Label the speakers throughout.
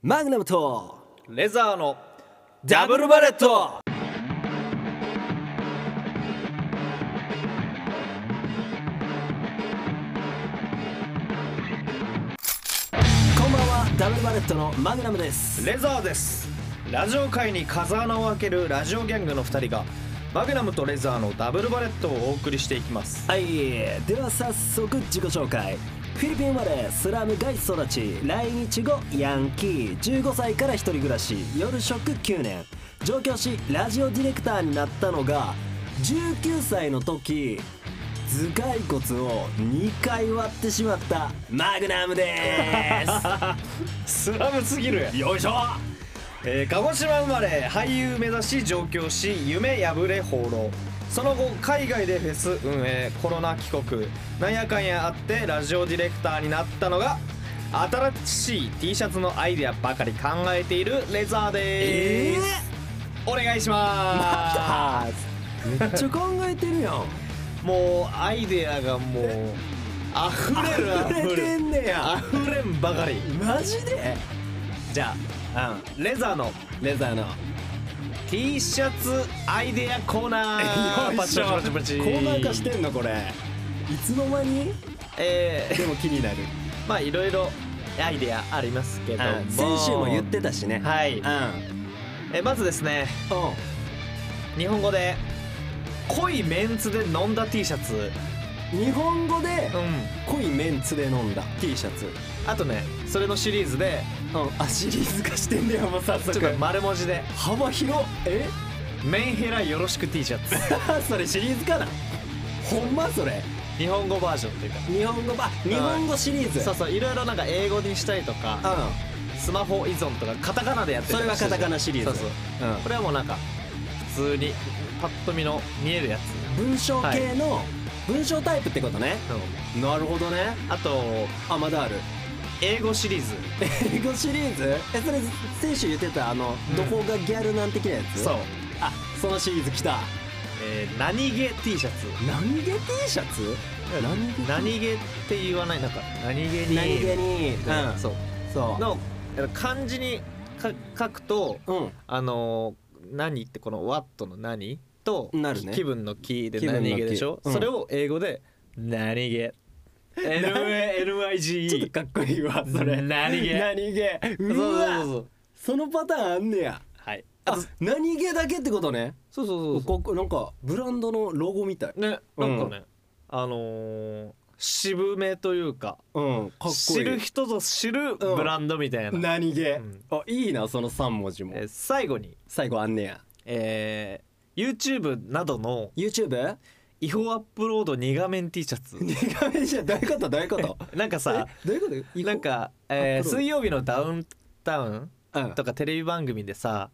Speaker 1: マグナムと
Speaker 2: レザーの
Speaker 1: ダブルバレットこんばんはダブルバレットのマグナムです
Speaker 2: レザーですラジオ界に風穴を開けるラジオギャングの2人がマグナムとレザーのダブルバレットをお送りしていきます
Speaker 1: はいでは早速自己紹介フィリピン生まれスラム街育ち来日後ヤンキー15歳から一人暮らし夜食9年上京しラジオディレクターになったのが19歳の時頭蓋骨を2回割ってしまったマグナムで
Speaker 2: スラムすぎるや
Speaker 1: す よいしょ
Speaker 2: えー鹿児島生まれ俳優目指し上京し夢破れ放浪その後海外でフェス運営コロナ帰国なんやかんやあってラジオディレクターになったのが新しい T シャツのアイデアばかり考えているレザーで
Speaker 1: え
Speaker 2: ーす、お願いしま
Speaker 1: ー、めっちゃ考えてる やん
Speaker 2: すもうアイデアがもう溢れる
Speaker 1: 溢
Speaker 2: 溢れる
Speaker 1: れてんねや
Speaker 2: 溢れんばかり
Speaker 1: マジで
Speaker 2: じゃあ、うん、レザーの
Speaker 1: うんレザーの
Speaker 2: T シャツアイデアコーナーパチパチパチパチ
Speaker 1: コーナー化してんのこれいつの間に
Speaker 2: え
Speaker 1: でも気になる
Speaker 2: ー、まあいろいろアイデアありますけども
Speaker 1: 先週も言ってたしね
Speaker 2: はい
Speaker 1: うん
Speaker 2: えまずですね
Speaker 1: お
Speaker 2: 日本語で濃いメンツで飲んだ T シャツ
Speaker 1: 日本語で
Speaker 2: うん
Speaker 1: 濃いメンツで飲んだ T シャツ
Speaker 2: あとねそれのシリーズで
Speaker 1: あシリーズ化してんだよもう早
Speaker 2: ちょっと丸文字で
Speaker 1: 幅広え
Speaker 2: 「メンヘラよろしく T シャツ
Speaker 1: それシリーズかなほんまそれ」
Speaker 2: 日本語バージョンっていうか
Speaker 1: 日本語ば日本語シリーズ
Speaker 2: そうそういろいろなんか英語にしたりとか
Speaker 1: う
Speaker 2: スマホ依存とかカタカナでやって
Speaker 1: んそれはカタカナ
Speaker 2: シ
Speaker 1: シリーズ
Speaker 2: そうそう
Speaker 1: うん
Speaker 2: これはもうなんか普通にパッと見の見えるやつ
Speaker 1: 文章系の文章タイプってことねなるほどね
Speaker 2: あと
Speaker 1: あまだある
Speaker 2: 英語シリーズ
Speaker 1: 英語シリーズえそれ先週言ってたあの、
Speaker 2: うん
Speaker 1: どこがギャルなん的なやつ
Speaker 2: そう、
Speaker 1: あそのシリーズ来た
Speaker 2: えー、何ゲ T シャツ
Speaker 1: 何ゲ T シャツ何ゲ
Speaker 2: 何ゲって言わないなんか何ゲに
Speaker 1: 何気にうん
Speaker 2: そう
Speaker 1: そう
Speaker 2: のえー漢字にか書くと
Speaker 1: う
Speaker 2: あのー何ってこの「ワットの何と
Speaker 1: なるね
Speaker 2: 気分の「気」で「
Speaker 1: 気分の気
Speaker 2: 何ゲ」でしょ、
Speaker 1: うん
Speaker 2: それを英語で「何ゲ」LANYGE
Speaker 1: んちょっとかっこいいわそれ
Speaker 2: 何気
Speaker 1: 何気
Speaker 2: そう
Speaker 1: う
Speaker 2: そうそうそ
Speaker 1: わ
Speaker 2: う
Speaker 1: そのパターンあんねや
Speaker 2: はい
Speaker 1: あ何気だけってことね
Speaker 2: そうそうそうそ
Speaker 1: ここなんかブランドのロゴみたいう
Speaker 2: ね
Speaker 1: う
Speaker 2: なんんかね、あのー渋めというか
Speaker 1: うんかっこいい
Speaker 2: 知る人ぞ知る
Speaker 1: うん
Speaker 2: ブランドみたいな、
Speaker 1: 何気、
Speaker 2: ん
Speaker 1: あいいなその三文字も、
Speaker 2: えー最後に、
Speaker 1: 最後あんねや
Speaker 2: えー YouTube などの
Speaker 1: YouTube?
Speaker 2: 違法アップロード2画面 T シャツ
Speaker 1: 苦めじゃどういうことどういうこと
Speaker 2: なんかさ
Speaker 1: えどういうこと
Speaker 2: なんか、えー水曜日のダウンタウン
Speaker 1: うん
Speaker 2: とかテレビ番組でさ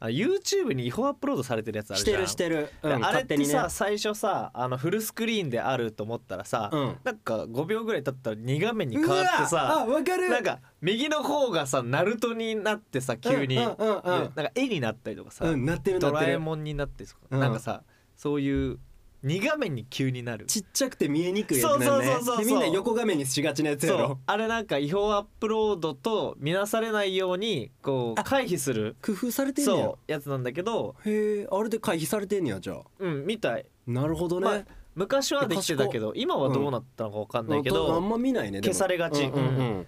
Speaker 2: あ YouTube に違法アップロードされてるやつある
Speaker 1: し
Speaker 2: じ
Speaker 1: て
Speaker 2: ゃん
Speaker 1: るしてる、う
Speaker 2: で
Speaker 1: ん、
Speaker 2: あれっ
Speaker 1: 勝手
Speaker 2: て
Speaker 1: に
Speaker 2: さ、
Speaker 1: ね
Speaker 2: 最初さあのフルスクリーンであると思ったらさ、
Speaker 1: うん
Speaker 2: なんか5秒ぐらい経ったら2画面に変わって
Speaker 1: うわあ
Speaker 2: さ
Speaker 1: わかる
Speaker 2: なんか右の方がさナルトになってさ急に、
Speaker 1: うんうんうんうん
Speaker 2: でなんか絵になったりとかさ、
Speaker 1: うんなってるな
Speaker 2: ド
Speaker 1: って
Speaker 2: ラえ
Speaker 1: る
Speaker 2: もんになってとか、
Speaker 1: うん
Speaker 2: なんかさそういう2画面に急になる
Speaker 1: ちっちゃくて見えにくいやつなんね
Speaker 2: そうそうそうそうそう
Speaker 1: でみんな横画面にしがちなやつや
Speaker 2: そう
Speaker 1: ろ
Speaker 2: あれなんか違法アップロードと見なされないようにこう
Speaker 1: あ
Speaker 2: 回避する
Speaker 1: 工夫されてんねや
Speaker 2: そうやつなんだけど
Speaker 1: へえあれで回避されてんねやじゃあ
Speaker 2: うんみたい、
Speaker 1: なるほど
Speaker 2: まあ
Speaker 1: ね、
Speaker 2: 昔はできてたけど今はどうなったのか分かんないけ
Speaker 1: あとあ
Speaker 2: ど
Speaker 1: んま見ないねでも
Speaker 2: 消されがち
Speaker 1: うんうんうん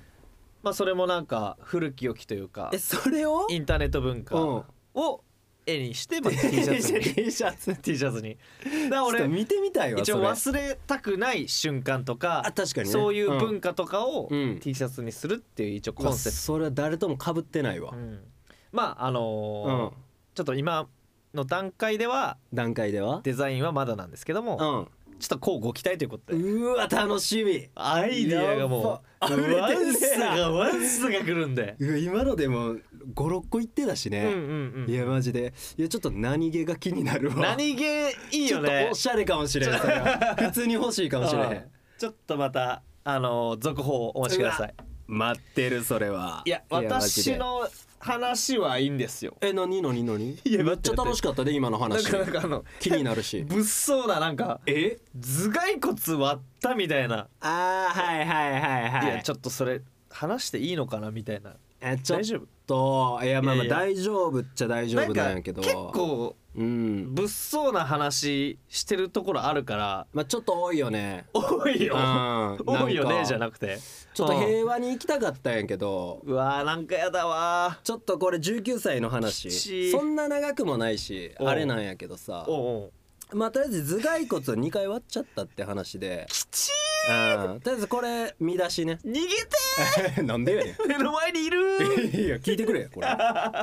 Speaker 2: まあそれもなんか古き良きというか
Speaker 1: えそれを
Speaker 2: インターネット文化
Speaker 1: うん
Speaker 2: を絵にして、まあ、T シャツに
Speaker 1: T シャツ
Speaker 2: T シャツに
Speaker 1: ちょ
Speaker 2: だから
Speaker 1: っと
Speaker 2: 俺
Speaker 1: 見てみたいわ
Speaker 2: 一
Speaker 1: そ
Speaker 2: 応
Speaker 1: れ
Speaker 2: 忘れたくない瞬間とか
Speaker 1: あ確かにね
Speaker 2: そういう
Speaker 1: うん
Speaker 2: 文化とかを
Speaker 1: うん
Speaker 2: T シャツにするっていう一応コンセプ
Speaker 1: それは誰とも被ってないわ
Speaker 2: ト、うんまああの
Speaker 1: う
Speaker 2: ー
Speaker 1: ん
Speaker 2: ちょっと今の段階では
Speaker 1: 段階では
Speaker 2: デザインはまだなんですけども、
Speaker 1: う
Speaker 2: ちょ
Speaker 1: ん
Speaker 2: っとこうご期待ということで、
Speaker 1: うわ楽しみ
Speaker 2: アイディアがも
Speaker 1: やっ
Speaker 2: う
Speaker 1: ぱ溢れ
Speaker 2: ワ
Speaker 1: てんね
Speaker 2: ンスがワンスが来るんで、
Speaker 1: うわ今のでも56個いってたし
Speaker 2: うんう
Speaker 1: ね、い
Speaker 2: んうん
Speaker 1: やマジでいやちょっと何気が気になるわ
Speaker 2: 何気いいよ
Speaker 1: ちょっ
Speaker 2: ね
Speaker 1: とおしゃれかもしれんそれは普通に欲しいかもしれへ
Speaker 2: うん
Speaker 1: ん
Speaker 2: ちょっとまたあのー続報をお待ちください
Speaker 1: 待ってるそれはい
Speaker 2: や
Speaker 1: マジ
Speaker 2: 私
Speaker 1: で
Speaker 2: の話はいいんですよ
Speaker 1: え何何何
Speaker 2: いや
Speaker 1: め
Speaker 2: 待
Speaker 1: っ
Speaker 2: って
Speaker 1: ちゃ楽しかったで今の
Speaker 2: なん
Speaker 1: 話
Speaker 2: かなんかあの
Speaker 1: 気になるし
Speaker 2: 物騒ななんか
Speaker 1: え
Speaker 2: 頭蓋骨割ったみたいな、
Speaker 1: あーはいはいはいはい
Speaker 2: いやちょっとそれ話していいのかなみたいな
Speaker 1: えちょっ
Speaker 2: 大丈夫
Speaker 1: といやまあまあ
Speaker 2: いやいや
Speaker 1: 大丈夫っちゃ大丈夫なんやけど
Speaker 2: 結構
Speaker 1: うん
Speaker 2: 物騒な話してるところあるから
Speaker 1: まあちょっと多いよね
Speaker 2: 多いよ
Speaker 1: うん
Speaker 2: 多いよ
Speaker 1: なん
Speaker 2: ね
Speaker 1: か
Speaker 2: じゃなくて
Speaker 1: ちょっと
Speaker 2: うん
Speaker 1: 平和に行きたかったんやけど
Speaker 2: うわーなんかやだわ
Speaker 1: ちょっとこれ19歳の
Speaker 2: きち
Speaker 1: 話
Speaker 2: い
Speaker 1: そんな長くもないし
Speaker 2: おう
Speaker 1: あれなんやけどさ
Speaker 2: ーおうおう
Speaker 1: まあとりあえず頭蓋骨を2回割っちゃったって話 で
Speaker 2: きち
Speaker 1: うんとりあえずこれ見出 しね
Speaker 2: ー逃げて
Speaker 1: なんでやね
Speaker 2: ー目の前にいるー
Speaker 1: いや聞いてくれよこれ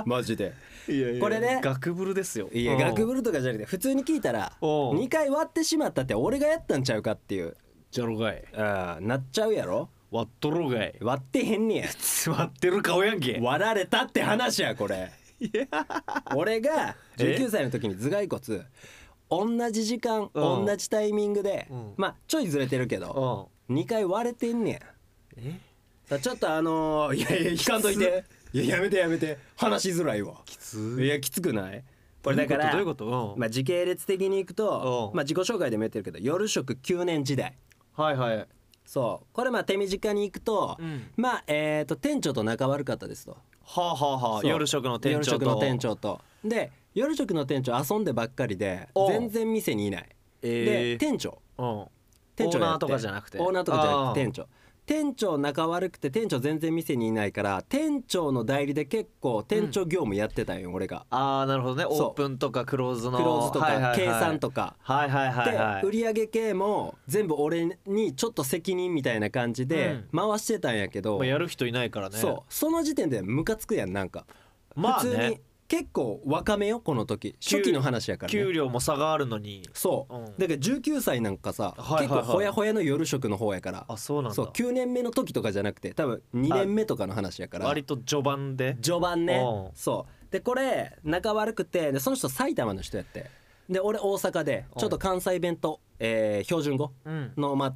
Speaker 1: マジで
Speaker 2: いやいや
Speaker 1: これね
Speaker 2: 学ブルですよ
Speaker 1: いや学部とかじゃなくて普通に聞いたら
Speaker 2: おう
Speaker 1: 2回割ってしまったって俺がやったんちゃうかっていう
Speaker 2: じゃろがい
Speaker 1: あーなっちゃうやろ
Speaker 2: 割っとろ がい
Speaker 1: 割ってへんねや
Speaker 2: 割ってる顔やんけ
Speaker 1: 割られたって話やこれ俺が
Speaker 2: え
Speaker 1: 19歳の時に頭蓋骨同じ時間
Speaker 2: う
Speaker 1: 同
Speaker 2: ん
Speaker 1: じタイミングで
Speaker 2: うん
Speaker 1: まあちょいずれてるけど2回割れてんねやだか
Speaker 2: え
Speaker 1: らちょっとあのーいやいや引かんといていややめてやめて話しづらいわ
Speaker 2: きつー
Speaker 1: いやきつくないこれ
Speaker 2: どうい
Speaker 1: だ
Speaker 2: うこ
Speaker 1: か
Speaker 2: と
Speaker 1: ら
Speaker 2: どういうことうん
Speaker 1: まあ時系列的にいくと
Speaker 2: うん
Speaker 1: まあ自己紹介でも言ってるけど夜食9年時代
Speaker 2: はいはい
Speaker 1: そうこれまあ手短に行くと、
Speaker 2: うん
Speaker 1: まあえっ、と店長と仲悪かったですと
Speaker 2: はあはあはあ
Speaker 1: そう
Speaker 2: 夜食の店
Speaker 1: 夜
Speaker 2: 長
Speaker 1: 食
Speaker 2: と
Speaker 1: の店長とで夜食の店長遊んでばっかりで
Speaker 2: おう
Speaker 1: 全然店にいない、
Speaker 2: え
Speaker 1: で
Speaker 2: ー
Speaker 1: 店長
Speaker 2: うん
Speaker 1: 店長
Speaker 2: オーナ
Speaker 1: や
Speaker 2: ー
Speaker 1: って
Speaker 2: とかじゃなくて
Speaker 1: オーナーとかじゃなくて
Speaker 2: あー
Speaker 1: 店長店長仲悪くて店長全然店にいないから店長の代理で結構店長業務やってたんよ、俺が
Speaker 2: ああなるほどねオ
Speaker 1: そう
Speaker 2: ープンとかクローズの
Speaker 1: クローズと
Speaker 2: はいはいは
Speaker 1: か
Speaker 2: い
Speaker 1: 計算とか、
Speaker 2: はいはいはいはい
Speaker 1: で売上系も全部俺にちょっと責任みたいな感じで回してたんやけど、
Speaker 2: まあやる人いないからね
Speaker 1: そうその時点でムカつくやんなんか、
Speaker 2: まあ
Speaker 1: 普通
Speaker 2: ね
Speaker 1: に結構若めよこの時初期の話やから、ね、
Speaker 2: 給料も差があるのに
Speaker 1: そう、
Speaker 2: うん
Speaker 1: だから19歳なんかさ、
Speaker 2: はいはいはい
Speaker 1: 結構ほやほやの夜食の方やから
Speaker 2: あそうなんだ
Speaker 1: そう9年目の時とかじゃなくて多分2年目とかの話やから
Speaker 2: 割と序盤で
Speaker 1: 序盤ね
Speaker 2: うん
Speaker 1: そうでこれ仲悪くてでその人埼玉の人やってで俺大阪で
Speaker 2: うん
Speaker 1: ちょっと関西弁と、えー標準語
Speaker 2: うん
Speaker 1: のまあ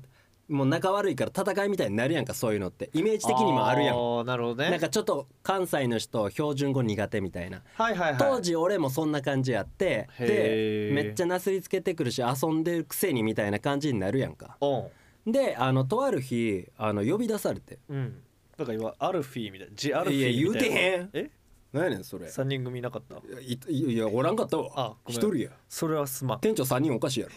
Speaker 1: もう仲悪いから戦いみたいになるやんかそういうのってイメージ的にもあるやん
Speaker 2: ーなるほどね
Speaker 1: なんかちょっと関西の人標準語苦手みたいな
Speaker 2: はいはいはい
Speaker 1: 当時俺もそんな感じやって
Speaker 2: へ
Speaker 1: で
Speaker 2: ー
Speaker 1: めっちゃなすりつけてくるし遊んでるくせにみたいな感じになるやんか
Speaker 2: うん
Speaker 1: であのとある日あの呼び出されて
Speaker 2: うんなんか今アルフィーみたいなジアルフィ
Speaker 1: いや
Speaker 2: ー
Speaker 1: 言
Speaker 2: み
Speaker 1: う
Speaker 2: た
Speaker 1: て
Speaker 2: いな
Speaker 1: へん
Speaker 2: え
Speaker 1: 何やねんそれ
Speaker 2: 三人組いなかった
Speaker 1: いいやおらんかった
Speaker 2: あ
Speaker 1: わ
Speaker 2: ごめん
Speaker 1: や
Speaker 2: それはすまん
Speaker 1: 店長3人おかしいやろ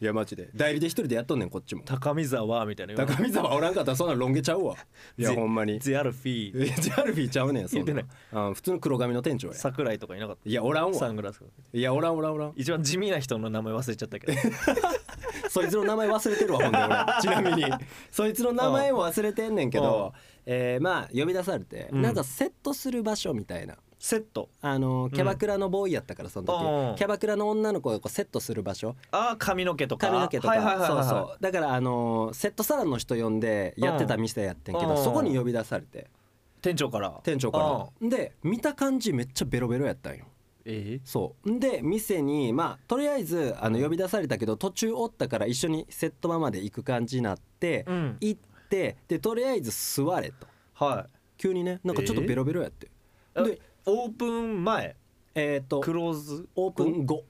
Speaker 1: いやマジで代理で一人でやっとんねんこっちも
Speaker 2: 高見沢みたいな
Speaker 1: 高見沢おらんかったらそんなロン毛ちゃうわいや
Speaker 2: ぜ
Speaker 1: ほんまに
Speaker 2: ジアルフィー
Speaker 1: い やジャルフィーちゃうねんそんな
Speaker 2: 言うて
Speaker 1: あ普通の黒髪の店長や
Speaker 2: 桜井とかいなかった
Speaker 1: いやおらん
Speaker 2: サ
Speaker 1: わ
Speaker 2: ングラスかけて
Speaker 1: いやおらんおらんおらん
Speaker 2: 一番地味な人の名前忘れち ゃったけど
Speaker 1: そいつの名前忘れてるわほんで 俺ちなみにそいつの名前も忘れてんねんけど、えーまあ呼び出されて、
Speaker 2: うん
Speaker 1: なんかセットする場所みたいな
Speaker 2: セット
Speaker 1: あのキャバクラのボーイやったからその時、
Speaker 2: うん
Speaker 1: キャバクラの女の子がこうセットする場所
Speaker 2: ああ髪の毛とか
Speaker 1: 髪の毛と
Speaker 2: はいはいはい
Speaker 1: か
Speaker 2: はい
Speaker 1: そ
Speaker 2: は
Speaker 1: う
Speaker 2: い
Speaker 1: そうだからあのーセットサランの人呼んでやってた店やってんけ
Speaker 2: う
Speaker 1: ど
Speaker 2: ん
Speaker 1: そこに呼び出されて
Speaker 2: 店長から
Speaker 1: 店長からで見た感じめっちゃベロベロやったんよ
Speaker 2: え
Speaker 1: そうんで店にまあとりあえずあの呼び出されたけど途中おったから一緒にセット場まで行く感じになって、
Speaker 2: うん
Speaker 1: 行ってでとりあえず座れと
Speaker 2: は
Speaker 1: 急にねなんかちょっと
Speaker 2: え
Speaker 1: ベロベロやって、
Speaker 2: い
Speaker 1: で
Speaker 2: でオープン前
Speaker 1: えっ、と
Speaker 2: クローズ
Speaker 1: オープン後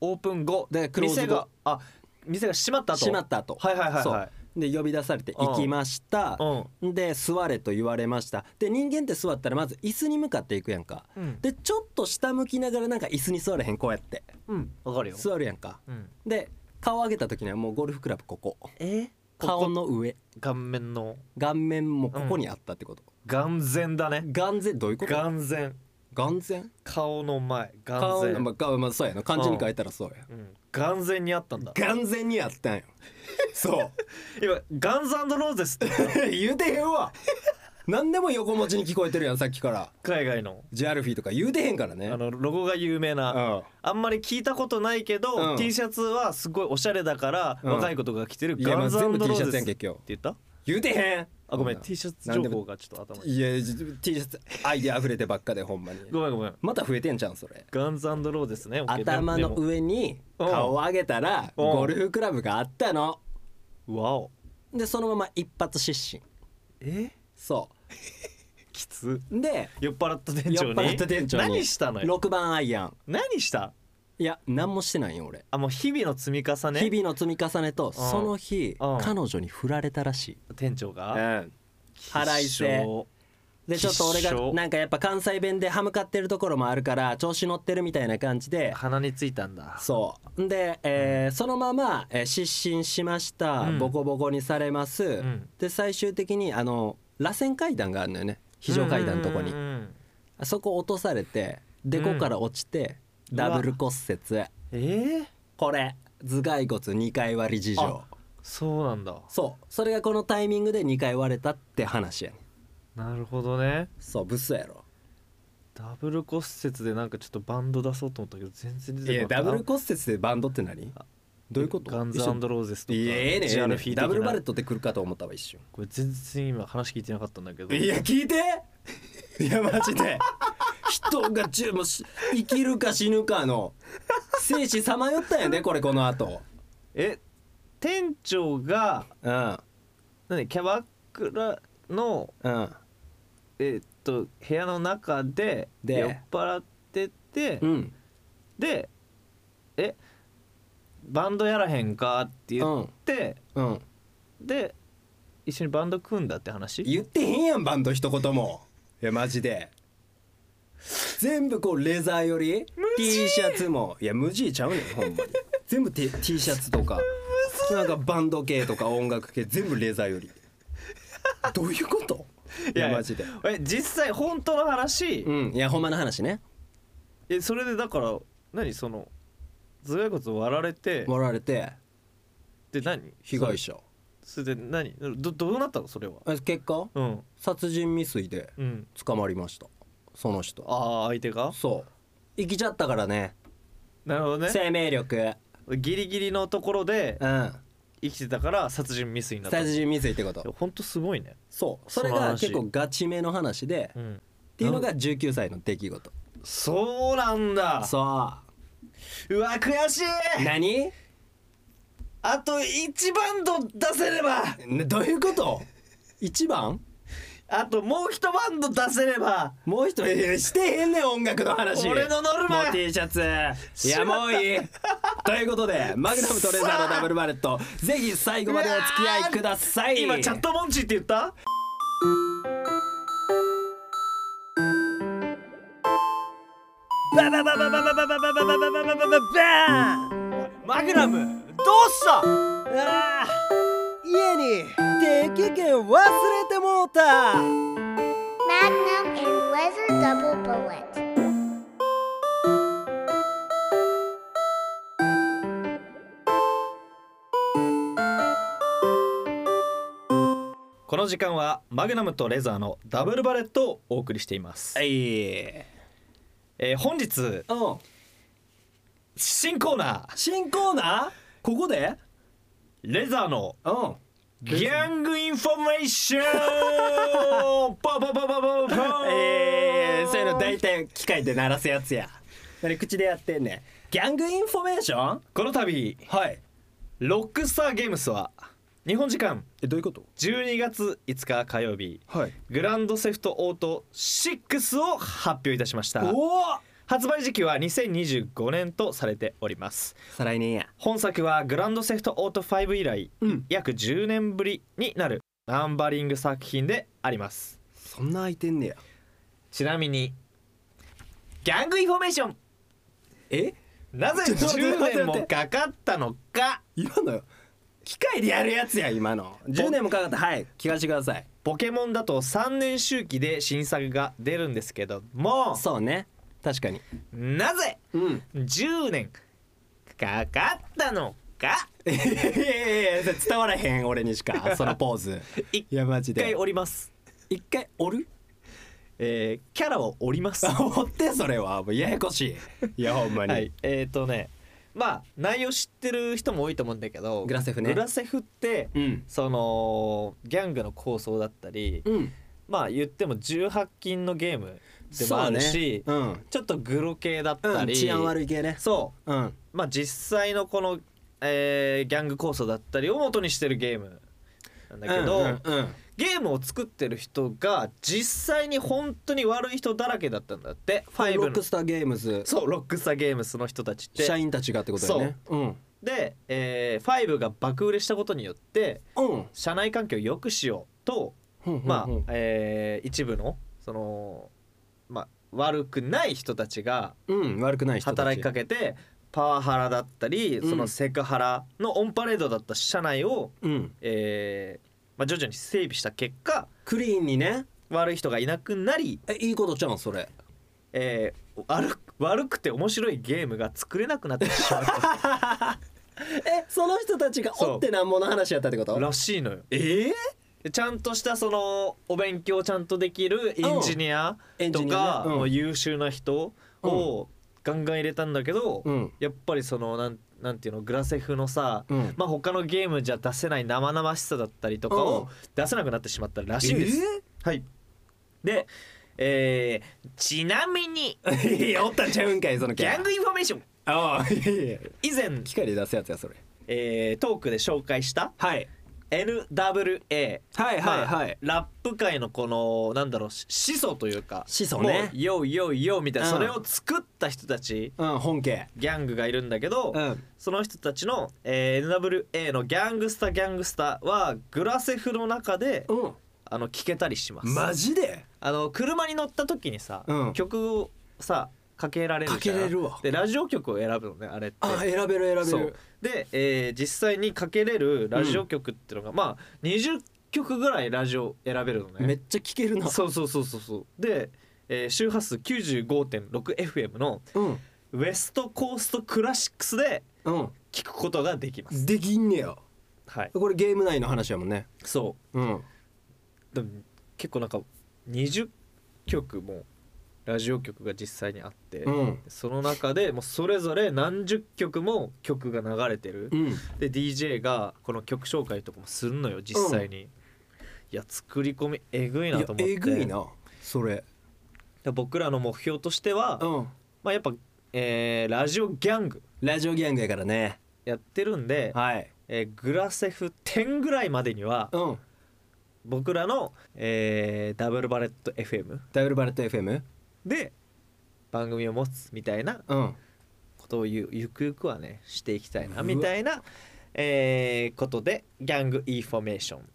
Speaker 2: オープン後
Speaker 1: でクローズ後
Speaker 2: 店があ店が閉まった後
Speaker 1: 閉まった後
Speaker 2: はいはいはいはい
Speaker 1: そうで呼び出されて
Speaker 2: うん
Speaker 1: 行きました、
Speaker 2: うん
Speaker 1: で座れと言われましたで人間って座ったらまず椅子に向かっていくやんか、
Speaker 2: うん
Speaker 1: でちょっと下向きながらなんか椅子に座れへんこうやって
Speaker 2: うんわかるよ
Speaker 1: 座るやんか
Speaker 2: うん
Speaker 1: で顔上げた時にはもうゴルフクラブここ
Speaker 2: え
Speaker 1: 顔の上
Speaker 2: 顔面の
Speaker 1: 顔面もここにあったってこと、
Speaker 2: 眼前だね
Speaker 1: 眼前どういうこと
Speaker 2: 眼前
Speaker 1: 眼前
Speaker 2: 顔の前眼
Speaker 1: 顔
Speaker 2: 前
Speaker 1: まあ顔まあ、そうやな漢字に書いたらそうや、
Speaker 2: うん眼前にあったんだ
Speaker 1: 眼前にあった んよそう
Speaker 2: 今ガンズローゼスって
Speaker 1: 言うてへんわ何でも横文字に聞こえてるやんさっきから
Speaker 2: 海外の
Speaker 1: ジアルフィーとか言うてへんからね
Speaker 2: あのロゴが有名な
Speaker 1: うん
Speaker 2: あんまり聞いたことないけど、
Speaker 1: うん
Speaker 2: T シャツはすごいおしゃれだから、
Speaker 1: うん
Speaker 2: 若い子とかが着てる
Speaker 1: いやま
Speaker 2: ガ
Speaker 1: あ
Speaker 2: ンズロ
Speaker 1: 全部 T シャ
Speaker 2: ー
Speaker 1: ツ
Speaker 2: ゼ
Speaker 1: やん
Speaker 2: スって
Speaker 1: 結局
Speaker 2: 言った
Speaker 1: 言うてへん
Speaker 2: あごめん
Speaker 1: な
Speaker 2: T シャツ
Speaker 1: なん
Speaker 2: 情
Speaker 1: でも
Speaker 2: 報がちょっと頭に
Speaker 1: いや T シャツアイデア溢れてばっかでほんまに
Speaker 2: ごめんごめん
Speaker 1: また増えてんじゃんそれ
Speaker 2: ガンズローゼスね OK
Speaker 1: 頭の
Speaker 2: でも
Speaker 1: 上に
Speaker 2: うん
Speaker 1: 顔を上げたら
Speaker 2: うん
Speaker 1: ゴルフクラブがあったの
Speaker 2: わお
Speaker 1: でそのまま一発失神
Speaker 2: え
Speaker 1: そ
Speaker 2: きつ
Speaker 1: うで
Speaker 2: 酔っ払った店
Speaker 1: 酔
Speaker 2: 長
Speaker 1: っ
Speaker 2: に
Speaker 1: 払った店長に
Speaker 2: 何したのよ
Speaker 1: 6番アイアン
Speaker 2: 何した
Speaker 1: いや何もしてないよ俺
Speaker 2: あもう日々の積み重ね
Speaker 1: 日々の積み重ねとその日
Speaker 2: うん
Speaker 1: 彼女に振られたらしい
Speaker 2: 店長が
Speaker 1: 払いせ
Speaker 2: きっしょ
Speaker 1: でちょっと俺
Speaker 2: 必
Speaker 1: が
Speaker 2: 勝
Speaker 1: なんかやっぱ関西弁で歯向かってるところもあるから調子乗ってるみたいな感じで
Speaker 2: 鼻についたんだ
Speaker 1: そうで、えーそのまま、えー失神しました、
Speaker 2: うん
Speaker 1: ボコボコにされます、
Speaker 2: ん
Speaker 1: で最終的にあの螺旋階段があるのよね非常階段のとこに
Speaker 2: うんうんうん
Speaker 1: そこ落とされてでこから落ちて、
Speaker 2: うん
Speaker 1: ダブル骨折
Speaker 2: ええ
Speaker 1: これ頭蓋骨2回割り事情
Speaker 2: あそうなんだ
Speaker 1: そうそれがこのタイミングで2回割れたって話やねん
Speaker 2: なるほどね
Speaker 1: そうブスやろ
Speaker 2: ダブル骨折でなんかちょっとバンド出そうと思ったけど全然出
Speaker 1: い
Speaker 2: て
Speaker 1: や
Speaker 2: こなか
Speaker 1: ダ
Speaker 2: った
Speaker 1: ブル骨折でバンドって何どういうこと
Speaker 2: ガンズ
Speaker 1: 一緒
Speaker 2: ローゼスとか
Speaker 1: いやええねんえ
Speaker 2: ジ
Speaker 1: え
Speaker 2: ア
Speaker 1: ね
Speaker 2: ルフィー
Speaker 1: ん
Speaker 2: 的な
Speaker 1: ダブルバレットって来るかと思ったわ一瞬
Speaker 2: これ全然今話聞いてなかったんだけど
Speaker 1: いや聞いていやマジで人がじゅもうし生きるか死ぬか の生死さまよったんやでこれこの後
Speaker 2: え店長が
Speaker 1: うん
Speaker 2: 何キャバクラの
Speaker 1: うん
Speaker 2: えっと部屋の中で
Speaker 1: で
Speaker 2: 酔っ払ってて
Speaker 1: うん
Speaker 2: でえバンドやらへんかって言って、
Speaker 1: うん
Speaker 2: で一緒にバンド組んだって話
Speaker 1: 言ってへんやんバンド一言もいやマジで全部こうレザーより T シャツもいや無地ちゃうねんほんまに全部 T, T シャツとかなんかバンド系とか音楽系全部レザーよりどういうこといやマジで
Speaker 2: え実際本当の話、
Speaker 1: うんいやほんまの話ね
Speaker 2: えそれでだから何その頭蓋骨割られて
Speaker 1: もらわれて
Speaker 2: で何
Speaker 1: 被害者
Speaker 2: それで何どどうなったのそれは
Speaker 1: え結果
Speaker 2: うん
Speaker 1: 殺人未遂で
Speaker 2: うん
Speaker 1: 捕まりましたその人
Speaker 2: ああ相手が
Speaker 1: そう生きちゃったからね
Speaker 2: なるほどね
Speaker 1: 生命力
Speaker 2: ギリギリのところで
Speaker 1: うん
Speaker 2: 生きてたから殺人未遂になった
Speaker 1: 殺人未遂ってこと
Speaker 2: ほんとすごいね
Speaker 1: そうそれ
Speaker 2: その
Speaker 1: が
Speaker 2: 話
Speaker 1: 結構ガチめの話でっ
Speaker 2: うん
Speaker 1: ていうのが19歳の出来事
Speaker 2: そうなんだ
Speaker 1: そう
Speaker 2: わ悔しいう
Speaker 1: 何
Speaker 2: あと1バンド出せれば
Speaker 1: ね どういうこと一番
Speaker 2: あともう1バンド出せれば
Speaker 1: もう一人いやしてへんねん音楽の話
Speaker 2: 俺のノルマ
Speaker 1: もう T シャツいや
Speaker 2: しまった
Speaker 1: もういいということでマグナムトレザーのダブルバレットぜひ最後までお付き合いください
Speaker 2: 今チャットモンチーって言ったバババババババババババババババババーマグナムどうしたあ
Speaker 1: 家に定期券忘れてもうた
Speaker 3: Magnum and Leather Double Bullet.
Speaker 2: この時間はマグナムとレザーのダブルバレットをお送りしています、
Speaker 1: はい
Speaker 2: えー本日
Speaker 1: うん
Speaker 2: 新コーナー
Speaker 1: 新コーナーここで
Speaker 2: レザーの
Speaker 1: うん
Speaker 2: ギャングインフォメーションパパパパパパ
Speaker 1: えー、そういうの大体機械で鳴らすやつや何口でやってんねんギャングインフォメーション
Speaker 2: この度
Speaker 1: はい
Speaker 2: ロックスターゲームスは日本時間
Speaker 1: えどういうこと
Speaker 2: 12月5日火曜日
Speaker 1: はい
Speaker 2: グランドセフトオート6を発表いたしました
Speaker 1: おお
Speaker 2: 発売時期は2025年とされております
Speaker 1: 再来年や
Speaker 2: 本作はグランドセフトオート5以来、
Speaker 1: うん
Speaker 2: 約10年ぶりになるナンバリング作品であります
Speaker 1: そんな空いてんねや
Speaker 2: ちなみにギャングインフォメーション
Speaker 1: え
Speaker 2: なぜ
Speaker 1: ちょっと待って
Speaker 2: 10年
Speaker 1: 待
Speaker 2: も
Speaker 1: って
Speaker 2: かかったのか
Speaker 1: 今の機械でやるやつや今の10年もかかったはい聞かせてください
Speaker 2: ポケモンだと3年周期で新作が出るんですけども
Speaker 1: そうね確かに
Speaker 2: なぜ
Speaker 1: うん
Speaker 2: 10年かかったのか
Speaker 1: いやいやいや伝わらへん俺にしかそのポーズ いやマジ
Speaker 2: 一回
Speaker 1: で
Speaker 2: 折ります、
Speaker 1: 一回折る
Speaker 2: えー、キャラを折ります
Speaker 1: 折ってそれはもうややこしいいやほんまに、
Speaker 2: はいえっ、ー、とねまあ内容知ってる人も多いと思うんだけど
Speaker 1: グラセフね
Speaker 2: グラセフって、
Speaker 1: うん
Speaker 2: そのギャングの構想だったり、
Speaker 1: うん
Speaker 2: まあ言っても18禁のゲームでもあるし、
Speaker 1: そうね
Speaker 2: ちょっとグロ系だっ
Speaker 1: うん、
Speaker 2: た
Speaker 1: うん、
Speaker 2: り、
Speaker 1: 治安悪い系ね
Speaker 2: そう
Speaker 1: うん
Speaker 2: まあ、実際のこの、えーギャング構想だったりを元にしてるゲームなんだけど、
Speaker 1: うんうんうん
Speaker 2: ゲームを作ってる人が実際に本当に悪い人だらけだったんだって
Speaker 1: ロッ
Speaker 2: 5
Speaker 1: ク
Speaker 2: の
Speaker 1: スターゲームズ
Speaker 2: そうロックスターゲームスの人たちって
Speaker 1: 社員たちがってことだよねうん
Speaker 2: で、えー、5が爆売れしたことによって
Speaker 1: うん
Speaker 2: 社内環境を良くしようと、
Speaker 1: うん
Speaker 2: まあ
Speaker 1: うん
Speaker 2: えー一部のそのまあ悪くない人たちが
Speaker 1: うん悪くない人たち
Speaker 2: 働きかけてパワハラだったり
Speaker 1: うん
Speaker 2: そのセクハラのオンパレードだった社内を、
Speaker 1: うん
Speaker 2: えーまあ、徐々に整備した結果
Speaker 1: クリーンにね
Speaker 2: 悪い人がいなくなり、
Speaker 1: えいいことちゃうんそれ
Speaker 2: えー悪く悪くて面白いゲームが作れなくなってしまう
Speaker 1: えその人たちが
Speaker 2: そう
Speaker 1: おってなんぼの話やったってこと
Speaker 2: らしいのよ。
Speaker 1: ええ
Speaker 2: でちゃんとしたそのお勉強をちゃんとできるエンジニア
Speaker 1: エンジ
Speaker 2: と
Speaker 1: ニア
Speaker 2: か
Speaker 1: ねうん
Speaker 2: の優秀な人をガンガン入れたんだけど、
Speaker 1: うん
Speaker 2: やっぱりそのなんなんていうのグラセフのさ、
Speaker 1: うん
Speaker 2: まあ他のゲームじゃ出せない生々しさだったりとか
Speaker 1: うん
Speaker 2: を出せなくなってしまったらしいんです。はい、で、えーちなみに
Speaker 1: いやおったん ちゃうんかいそのキ
Speaker 2: ギ
Speaker 1: ャラ
Speaker 2: ャングインフォメーション
Speaker 1: ああいやいや
Speaker 2: 以前、
Speaker 1: 機械で出すやつやそれ
Speaker 2: えートークで紹介した
Speaker 1: はい
Speaker 2: NWA
Speaker 1: はいはいはい
Speaker 2: まあラップ界のこのなんだろうし始祖というか
Speaker 1: 始祖ね
Speaker 2: もうよいよいよみたいな、
Speaker 1: うん
Speaker 2: それを作った人たち
Speaker 1: うん本家
Speaker 2: ギャングがいるんだけど、
Speaker 1: うん
Speaker 2: その人たちの、えー NWA のギャングスタギャングスタはグラセフの中で
Speaker 1: うん
Speaker 2: あの聞けたりします、
Speaker 1: マジで
Speaker 2: あの車に乗った時にさ、
Speaker 1: うん
Speaker 2: 曲をさかけられるじゃん
Speaker 1: かけれるわ
Speaker 2: でラジオ曲を選ぶのねあれって
Speaker 1: あ選べる
Speaker 2: そ
Speaker 1: 選べ
Speaker 2: う
Speaker 1: る
Speaker 2: で、えー実際にかけれるラジオ曲っていうのが、まあ20曲ぐらいラジオ選べるのね
Speaker 1: めっちゃ聞けるな
Speaker 2: そうそうそうそうそうで、えー周波数 95.6FM の
Speaker 1: うん
Speaker 2: ウェストコーストクラシックスで
Speaker 1: うん
Speaker 2: 聞くことができます
Speaker 1: できんねや
Speaker 2: はい
Speaker 1: これゲーム内の話やもんね
Speaker 2: そ
Speaker 1: うん
Speaker 2: うでも結構なんか20曲もラジオ局が実際にあって、
Speaker 1: うん
Speaker 2: その中でもうそれぞれ何十曲も曲が流れてる
Speaker 1: う、ん
Speaker 2: で DJ がこの曲紹介とかもするのよ実際に、いや作り込みえぐい
Speaker 1: い
Speaker 2: な
Speaker 1: や
Speaker 2: と思って
Speaker 1: えぐいなそれ
Speaker 2: で僕らの目標としては、
Speaker 1: うん
Speaker 2: まあ、やっぱ、えーラジオギャング
Speaker 1: ラジオギャングやからね
Speaker 2: やってるんで、
Speaker 1: はい
Speaker 2: えーグラセフ10ぐらいまでには
Speaker 1: うん
Speaker 2: 僕らの、えーダブルバレット FM
Speaker 1: ダブルバレット FM
Speaker 2: で番組を持つみたいな
Speaker 1: うん
Speaker 2: ことをゆゆくゆくはねしていきたいうな
Speaker 1: わ
Speaker 2: みたいな、えーことでギャングインフォメーション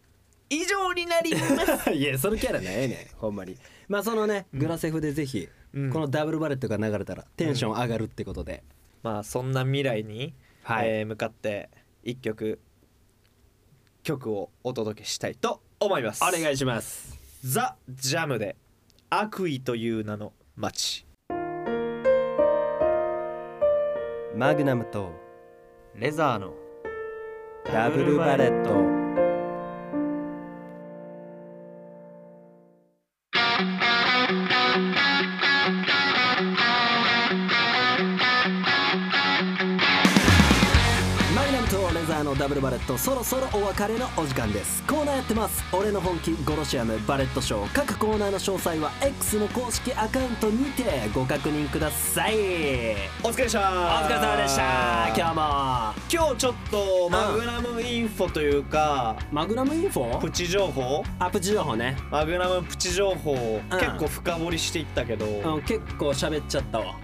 Speaker 2: 以上になります
Speaker 1: いやそのキャラないね んほんまにまあそのねグラセフでぜひ、
Speaker 2: うん
Speaker 1: このダブルバレットが流れたらテンション上がるってことで、
Speaker 2: まあそんな未来に、
Speaker 1: はい
Speaker 2: えー向かって一曲曲をお届けしたいと思います。
Speaker 1: いします
Speaker 2: ザ・ジャムで悪意という名の街
Speaker 1: マグナムと
Speaker 2: レザーの
Speaker 1: ダブルバレットマグナムとレザーのダブルバレットそろそろお別れのお時間ですコーナーやってます俺の本気ゴロシアムバレットショー各コーナーの詳細は X の公式アカウントにてご確認ください
Speaker 2: お疲れ様でした
Speaker 1: お疲れ様でした今日も
Speaker 2: 今日ちょっとマグナムインフォというか、
Speaker 1: マグナムインフォ
Speaker 2: プチ情報
Speaker 1: アップ情報ね
Speaker 2: マグナムプチ情報を結構深掘りしていったけど、
Speaker 1: うん、結構喋っちゃったわ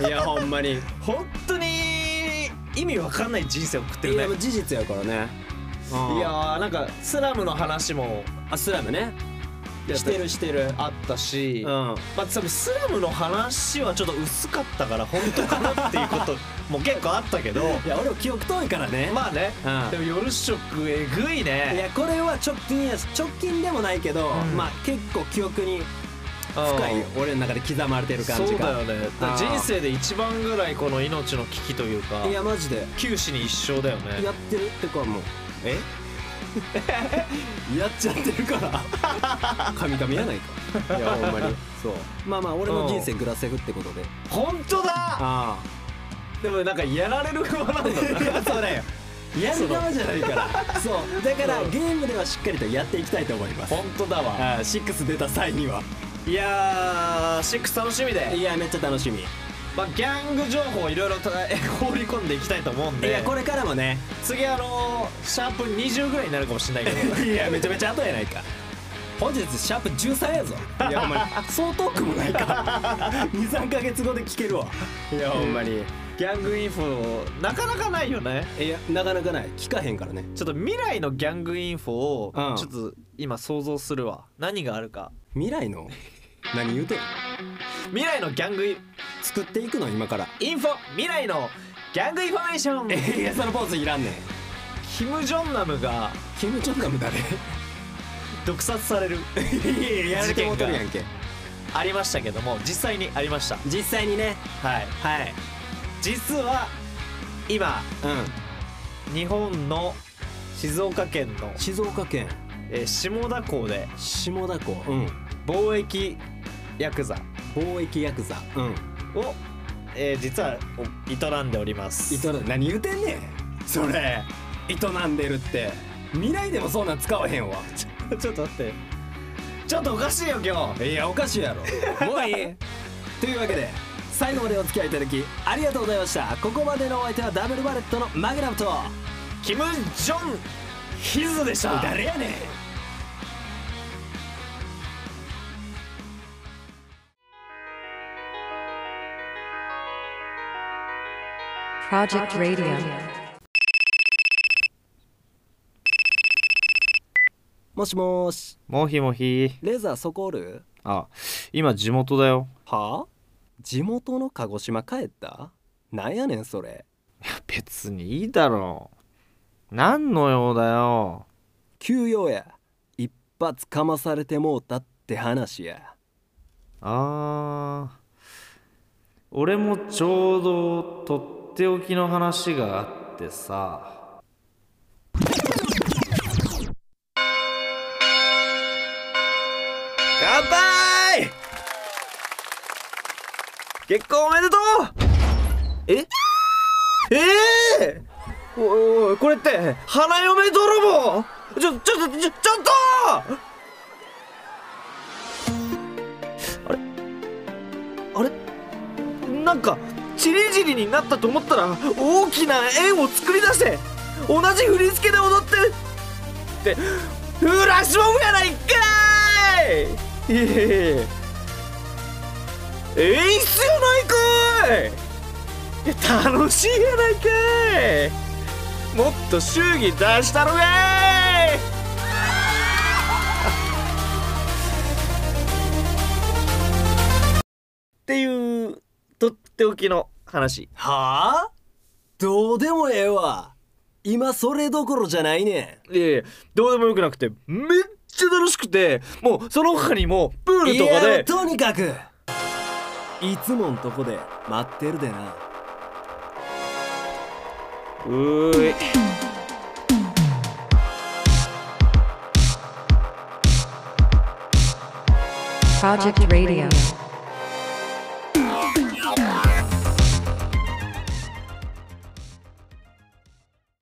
Speaker 1: いやほんまにい
Speaker 2: 本当に意味わかんない人生送ってるね
Speaker 1: やもう事実やからね
Speaker 2: いやーなんかスラムの話も
Speaker 1: あスラムねしてるしてる
Speaker 2: あったし、
Speaker 1: うん
Speaker 2: まあ多分スラムの話はちょっと薄かったから本当かなっていうことも結構あったけど
Speaker 1: いや俺も記憶遠いからね、
Speaker 2: まあね、
Speaker 1: うん
Speaker 2: でも夜食えぐい
Speaker 1: い
Speaker 2: ね
Speaker 1: やこれは直近やし直近でもないけど、
Speaker 2: うん
Speaker 1: まあ結構記憶に深いよ俺の中で刻まれてる感
Speaker 2: そ
Speaker 1: じ
Speaker 2: うだ
Speaker 1: が
Speaker 2: よねだから
Speaker 1: あー
Speaker 2: 人生で一番ぐらいこの命の危機というか
Speaker 1: いやマジで
Speaker 2: 九死に一生だよね
Speaker 1: やってるってかも
Speaker 2: え
Speaker 1: うやっちゃってるから神々やないかいやほんまにそうまあまあ俺の人生グラセフってことで
Speaker 2: 本当だ
Speaker 1: あ
Speaker 2: でもなんかやられる側 なんだなそうだよ
Speaker 1: あやる側じゃないか らそうだから
Speaker 2: うん
Speaker 1: ゲームではしっかりとやっていきたいと思います
Speaker 2: 本当だわ
Speaker 1: ああ6出た際にはい
Speaker 2: やーシックス楽しみで
Speaker 1: いやめっちゃ楽しみ、
Speaker 2: まあ、ギャング情報をいろいろと放り込んでいきたいと思うんで
Speaker 1: いやこれからもね
Speaker 2: 次あのーシャープ20ぐらいになるかもしれないけど
Speaker 1: いやめちゃめちゃ後やないか本日シャープ13やぞいやほんまにそう遠くもな いか23ヶ月後で聞けるわ いや
Speaker 2: ほんま
Speaker 1: に
Speaker 2: ギャングインフォなかなかないよね
Speaker 1: いやなかなかない聞かへんからね
Speaker 2: ちょっと未来のギャングインフォを
Speaker 1: うん
Speaker 2: ちょっと今想像するわ何があるか
Speaker 1: 未来の
Speaker 4: 何言うてん
Speaker 2: 未来のギャングイ
Speaker 4: 作っていくの今から
Speaker 2: インフォ未来のギャングインフォメーション
Speaker 4: えいやそのポーズいらんねん
Speaker 2: キム・ジョンナムが
Speaker 4: キム・ジョンナムだ ね
Speaker 2: 毒殺 される
Speaker 4: やられてもうとるやんけ
Speaker 2: ありましたけども実際にありました
Speaker 1: 実際にね
Speaker 2: はい
Speaker 1: はい
Speaker 2: 実は今
Speaker 4: うん
Speaker 2: 日本の静岡県の、
Speaker 4: 静岡県
Speaker 2: えー下田港で
Speaker 1: 下田港
Speaker 4: うん
Speaker 2: 貿易ヤクザ
Speaker 4: 貿易ヤクザうん
Speaker 2: を、えー実はお営んでおります
Speaker 4: 営ん何言うてんねんそれ営んでるって未来でもそんなん使わへん わ
Speaker 2: ちょっと待ってちょっとおかしいよ今日
Speaker 4: いやおかしいや ろもういい
Speaker 1: というわけで最後までお付き合いいただきありがとうございましたここまでのお相手はダブルバレットのマグナムと
Speaker 2: キム・ジョンヒズでした
Speaker 4: 誰やねん
Speaker 5: Project Radio.
Speaker 1: もしもーし
Speaker 2: もひもひ
Speaker 1: レーザーそこおる
Speaker 2: あ今地元だよ
Speaker 1: はあ地元の鹿児島帰ったなんやねんそれ
Speaker 2: 別にいいだろう何の用だよ
Speaker 1: 休養や一発かまされてもうたって話や
Speaker 2: あー俺もちょうどとっておきの話があってさ乾杯結婚おめでとうええー、おいおいこれって花嫁泥棒ちょちょちょちょちょっとあれなんかチリジリになったと思ったら大きな円を作り出して同じ振り付けで踊ってってフラッシュモブやないかーいいえいえ演出やないかーいいや楽しいやないかーいもっと祝儀出したろがーいっていうとっておきの話
Speaker 1: はあどうでもええわ今それどころじゃないね
Speaker 2: いやいやどうでもよくなくてめっちゃ楽しくてもうその他にもプー
Speaker 1: ん
Speaker 2: ルとか
Speaker 1: い
Speaker 2: で
Speaker 1: やとにかくいつもんとこで待ってるでな
Speaker 2: うーい
Speaker 5: Project Radio.